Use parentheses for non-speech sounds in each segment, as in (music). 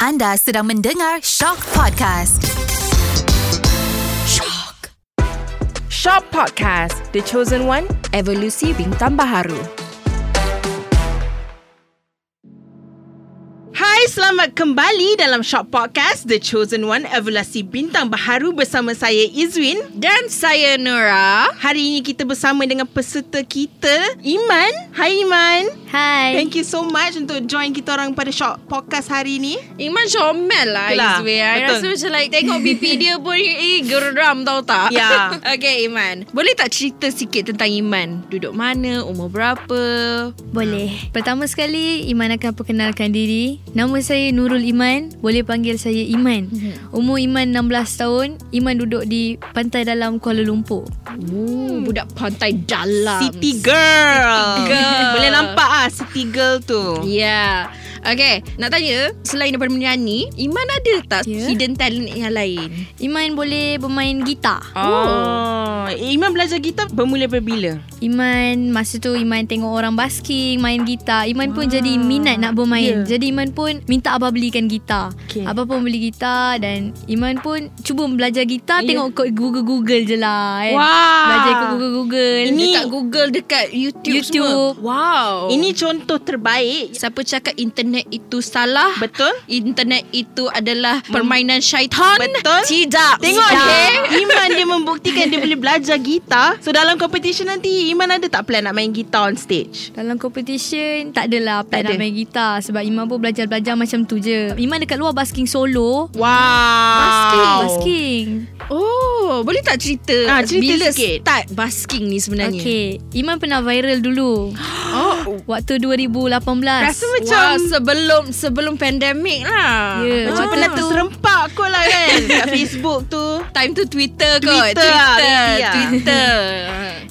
Anda sedang mendengar Shock Podcast. Shock. Shop Podcast, The Chosen One, Evolusi Bintang Baharu. Hai, selamat kembali dalam Shop Podcast The Chosen One Evolusi Bintang Baharu bersama saya Izwin. Dan saya Nora. Hari ini kita bersama dengan peserta kita Iman. Hai Iman. Hai. Thank you so much untuk join kita orang pada Shop Podcast hari ini. Iman comel lah Itulah, Izwi. I betul. rasa macam like tengok BP (laughs) dia pun eh, geram tau tak. Ya. (laughs) okay Iman. Boleh tak cerita sikit tentang Iman? Duduk mana? Umur berapa? Boleh. Hmm. Pertama sekali, Iman akan perkenalkan diri. Nama saya Nurul Iman. Boleh panggil saya Iman. Mhm. Umur Iman 16 tahun. Iman duduk di pantai dalam Kuala Lumpur. Ooh, Hmm, budak pantai dalam. City Girl. City Girl. Boleh nampak ah City Girl tu. Ya. Yeah. Okay. Nak tanya, selain daripada menyanyi, Iman ada tak yeah. Ya. hidden talent yang lain? Iman boleh bermain gitar. Oh, Iman belajar gitar bermula daripada bila? Iman masa tu Iman tengok orang basking main gitar. Iman pun jadi minat nak bermain. Ah, Ya. Jadi Iman pun minta abah belikan gitar. Okey. Abah pun beli gitar dan Iman pun cuba belajar gitar Ya. tengok ikut Google-Google je lah kan. Wah. Belajar ikut Google-Google. Ini- Dekat Google, dekat YouTube, semua. YouTube. Wow. Ini contoh terbaik. Siapa cakap internet itu salah? Betul? Internet itu adalah permainan syaitan. Betul. Tidak. Tengok Tidak. dia Iman dia membuktikan Dia boleh belajar gitar So dalam competition nanti Iman ada tak plan Nak main gitar on stage Dalam competition tak adalah Tak plan ada. nak main gitar sebab Iman pun belajar-belajar macam tu je. Iman dekat luar basking solo. Wow Basking, basking. Oh, boleh tak cerita, Ah, cerita bila sikit. start basking ni sebenarnya? Okey, Iman pernah viral (gasps) dulu Oh. waktu 2018. Rasa macam Macam wow, sebelum sebelum pandemik lah. Ya, Macam Ah. pernah terserempak kot lah kan (laughs) Kat Facebook tu Time tu Twitter kot. Twitter lah, maybe lah. Twitter.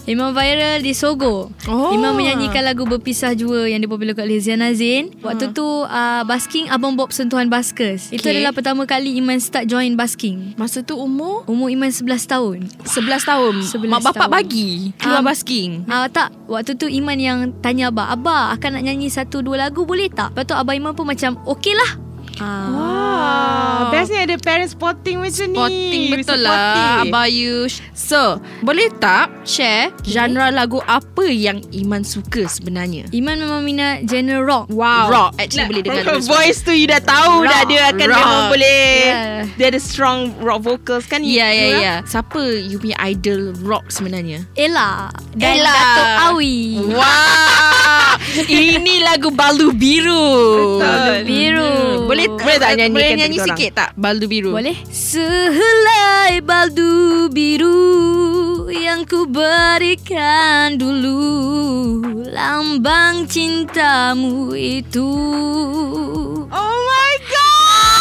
Iman viral di Sogo. Oh. Iman menyanyikan lagu Berpisah Jua yang dipopular kat Leziana Zain. Hmm. Waktu tu uh, basking Abang Bob Sentuhan Baskers. Itu Okey. adalah pertama kali Iman start join basking. Masa tu umur Umur Iman 11 tahun. 11 tahun. 11 Mak bapak tahun. bagi keluar Um, basking. Ah uh, tak, waktu tu Iman yang tanya abah, "Abah, akan nak nyanyi satu dua lagu boleh tak?" Lepas tu abah Iman pun macam, "Okey lah." Ah. Wow Best ni Ah, ada parents supporting macam ni Potting betul lah Supporting. Abayu So Boleh tak Share Genre lagu apa Yang Iman suka sebenarnya Iman memang minat genre rock. Wow Rock Actually boleh dengar From dulu suara. voice tu You dah tahu dah Rock, Dia akan rock. memang boleh Yeah. Dia ada strong rock vocals kan Ya ya Nura? ya Siapa you punya idol rock sebenarnya Ella dan Ella. Datuk Awi. Wow Ini lagu Balu Biru Betul. Biru. Boleh Boleh tak nyanyikan Boleh untuk nyanyi kita orang? sikit tak Balu Biru Boleh? Sehelai baldu biru yang ku berikan dulu lambang cintamu itu. Oh my god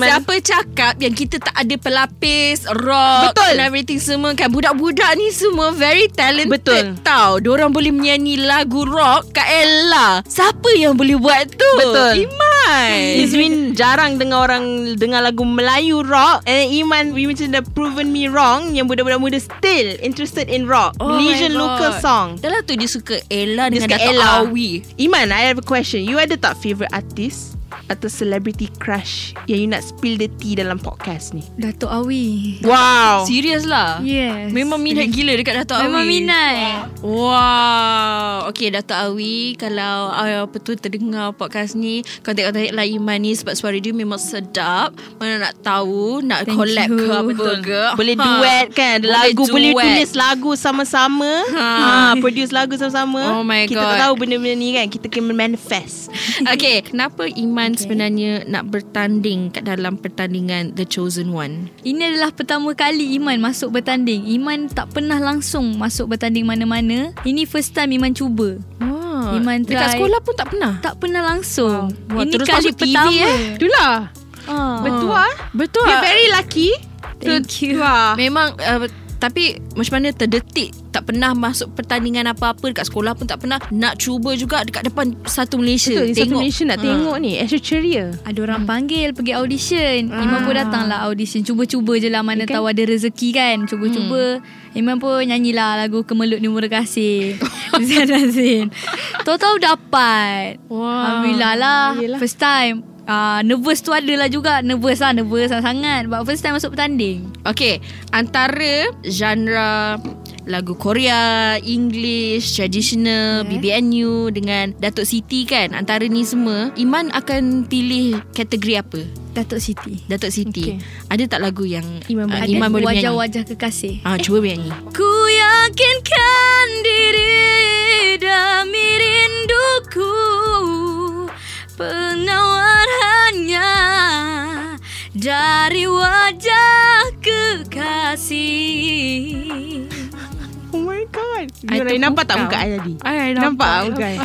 Siapa cakap yang kita tak ada pelapis, rock Betul. and everything semua kan. Budak-budak ni semua very talented Betul. tau. Diorang boleh menyanyi lagu rock Kak Ella. Siapa yang boleh buat tu? Betul. Iman. Izwin (laughs) jarang dengar orang dengar lagu Melayu rock And Iman we macam dah proven me wrong Yang budak-budak muda still interested in rock Oh Malaysian my God. local song Dah lah tu dia suka Ella Dia suka dengan Dato' Ella. Awi. Iman I have a question You ada tak favourite artist Atau celebrity crush Yang you nak spill the tea dalam podcast ni Datuk Awi. Wow Serius lah. Yes. Memang minat gila dekat Dato' Awi. Memang minat. Wow. Okay, Dato' Awi, kalau uh, apa tu terdengar podcast ni, kontak-kontak lah Iman ni sebab suara dia memang sedap. Mana nak tahu, nak Thank collab you. ke apa Betul. ke. Boleh Ha. duet kan Ada Boleh lagu Boleh duet. tulis lagu sama-sama Ha. ha. Produce lagu sama-sama Oh my Kita tak God. tahu benda-benda ni kan Kita kena manifest Okay, kenapa Iman okay. sebenarnya nak bertanding kat dalam pertandingan The Chosen One? Ini adalah pertama kali Iman masuk bertanding. Iman tak pernah langsung masuk bertanding mana-mana. Ini first time Iman cuba. Ah, Wah, Iman dekat try. sekolah pun tak pernah. Tak pernah langsung. Wah, Ini terus kali masuk TV, pertama. eh. Itulah Ah, Betul Ah. ah. Betul. You're very lucky Thank you. Wah. Memang uh, tapi macam mana terdetik tak pernah masuk pertandingan apa-apa dekat sekolah pun tak pernah nak cuba juga dekat depan satu Malaysia Betul, tengok. Ah. satu tengok Malaysia nak tengok ni Astro ceria Ada orang panggil pergi audition. Iman pun Ah. datanglah audition. Cuba-cuba je lah mana Kan? tahu ada rezeki kan. Cuba-cuba. Hmm. Iman pun nyanyilah lagu Kemelut Numur (laughs) Kasih. Zain Azin. Tahu-tahu dapat. Wah. Alhamdulillah lah. Yelah. First time. uh, nervous tu adalah juga. Nervous lah, nervous sangat-sangat. Sebab first time masuk pertanding. Okay Antara genre lagu Korea, English, traditional, Ya. Yeah. BBNU dengan Datuk Siti kan. Antara ni semua, Iman akan pilih kategori apa? Datuk Siti. Datuk Okay. Siti. Okay. Ada tak lagu yang Iman ah, boleh- Iman boleh menyanyi? wajah-wajah kekasih. Ah, cuba nyanyi. Ku yakinkan diri demi rinduku Penawar hanya dari wajah kekasih Oh my god. I Yurai, nampak tak muka terpukau. I tadi? I Nampak tak (laughs) muka I?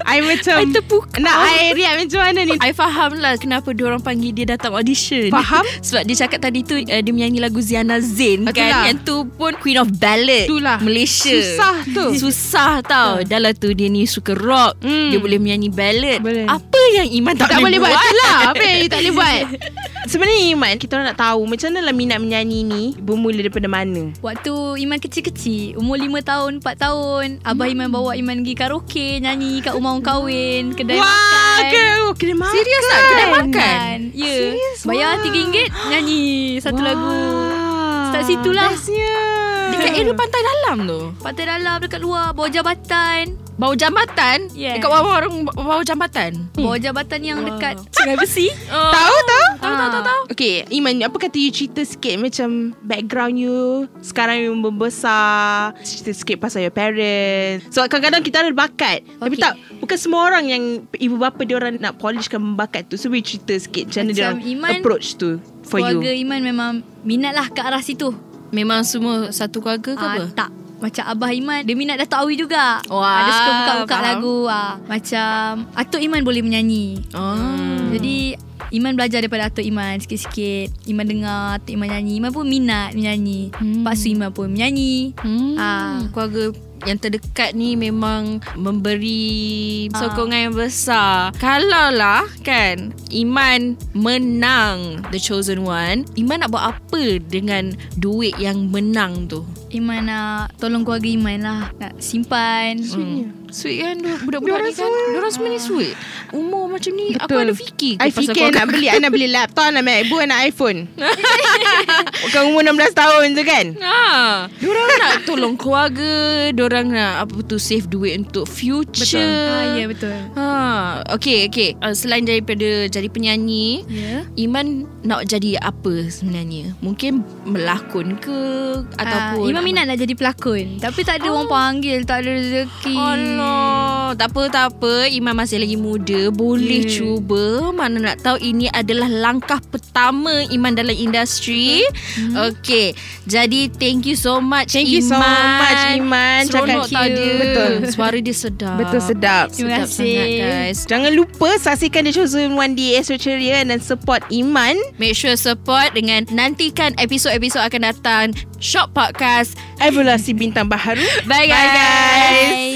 I macam... I terpukau. Nak I react macam mana ni? I faham lah kenapa diorang panggil dia datang audition. Faham? (laughs) Sebab dia cakap tadi tu uh, dia menyanyi lagu Ziana Zain Itulah. kan. Yang tu pun Queen of Ballad. Itulah. Malaysia. Susah tu. Susah tau. Dah lah tu dia ni suka rock. Hmm. Dia boleh menyanyi ballad. Boleh. Apa yang Iman tak, tak boleh buat, buat? tu lah Apa yang you tak boleh buat (laughs) Sebenarnya Iman Kita orang nak tahu Macam mana lah minat menyanyi ni Bermula daripada mana Waktu Iman kecil-kecil Umur 5 tahun, 4 tahun Abah Iman bawa Iman pergi karaoke Nyanyi kat rumah orang kahwin Kedai Wah makan ke oh, Kena makan Serius tak? Kedai makan? Ya Kan? Serius, Bayar wah. RM3 Nyanyi Satu lagu Start situ lah. Bestnya (laughs) Dekat area pantai dalam tu. Pantai dalam Dekat luar Bawah jabatan Bawah jambatan. Yes. Dekat bawah orang bawah jambatan. Bawah jabatan yang dekat Sungai (laughs) Besi. Oh. Tahu tahu Tahu, tahu, tahu, tahu. Okay Iman apa kata you cerita sikit Macam background you Sekarang you membesar Cerita sikit pasal your parents So kadang-kadang kita ada bakat okay. Tapi Okay. tak Bukan semua orang yang Ibu bapa diorang nak polishkan bakat tu So we cerita sikit Macam mana Macam diorang Iman, approach tu For you Keluarga Iman memang Minat lah ke arah situ Memang semua satu keluarga ke Ah, apa? Tak Macam Abah Iman Dia minat Dato' Awi juga Wah, Ada suka buka-buka faham. lagu ah. Macam Atuk Iman boleh menyanyi Oh. Ah. Jadi Iman belajar daripada Atuk Iman Sikit-sikit Iman dengar Atuk Iman nyanyi Iman pun minat menyanyi Hmm. hmm. Pak Su Iman pun menyanyi Hmm. Ah. Keluarga yang terdekat ni memang memberi Ah. sokongan yang besar. Kalau lah kan Iman menang The Chosen One, Iman nak buat apa dengan duit yang menang tu? Iman nak Tolong keluarga Iman lah Nak simpan Hmm. Sweetnya. Sweet kan du- budak-budak ni kan. Diorang semua ni sweet. Umur macam ni aku Betul. ada fikir ke I fikir nak beli I nak beli laptop Nak MacBook Nak (laughs) iPhone Bukan umur 16 tahun je kan Ha, diorang nak tolong keluarga, diorang nak apa tu save duit untuk future. ah, Ya betul Ha, okay, okay. Uh, selain daripada jadi penyanyi, Ya Iman nak jadi apa sebenarnya? Mungkin melakon ke Ah, ataupun Ah, Iman minat nak jadi pelakon Tapi tak ada oh. orang panggil Tak ada rezeki Allah, tak apa tak apa. Iman masih lagi muda, boleh Ya. Yeah. cuba. Mana nak tahu ini adalah langkah pertama Iman dalam industri. Okay, jadi thank you so much Hmm. Thank Iman. you so much, Iman. Seronok Cakap tak cute. dia. Betul. Suara dia sedap. Betul sedap Terima Sedap sangat kasih. guys. Jangan lupa saksikan The Chosen One di Astro Ceria dan support Iman. Make sure support dengan nantikan episod-episod akan datang. Shop Podcast. Evaluasi bintang baharu. Bye guys. Bye.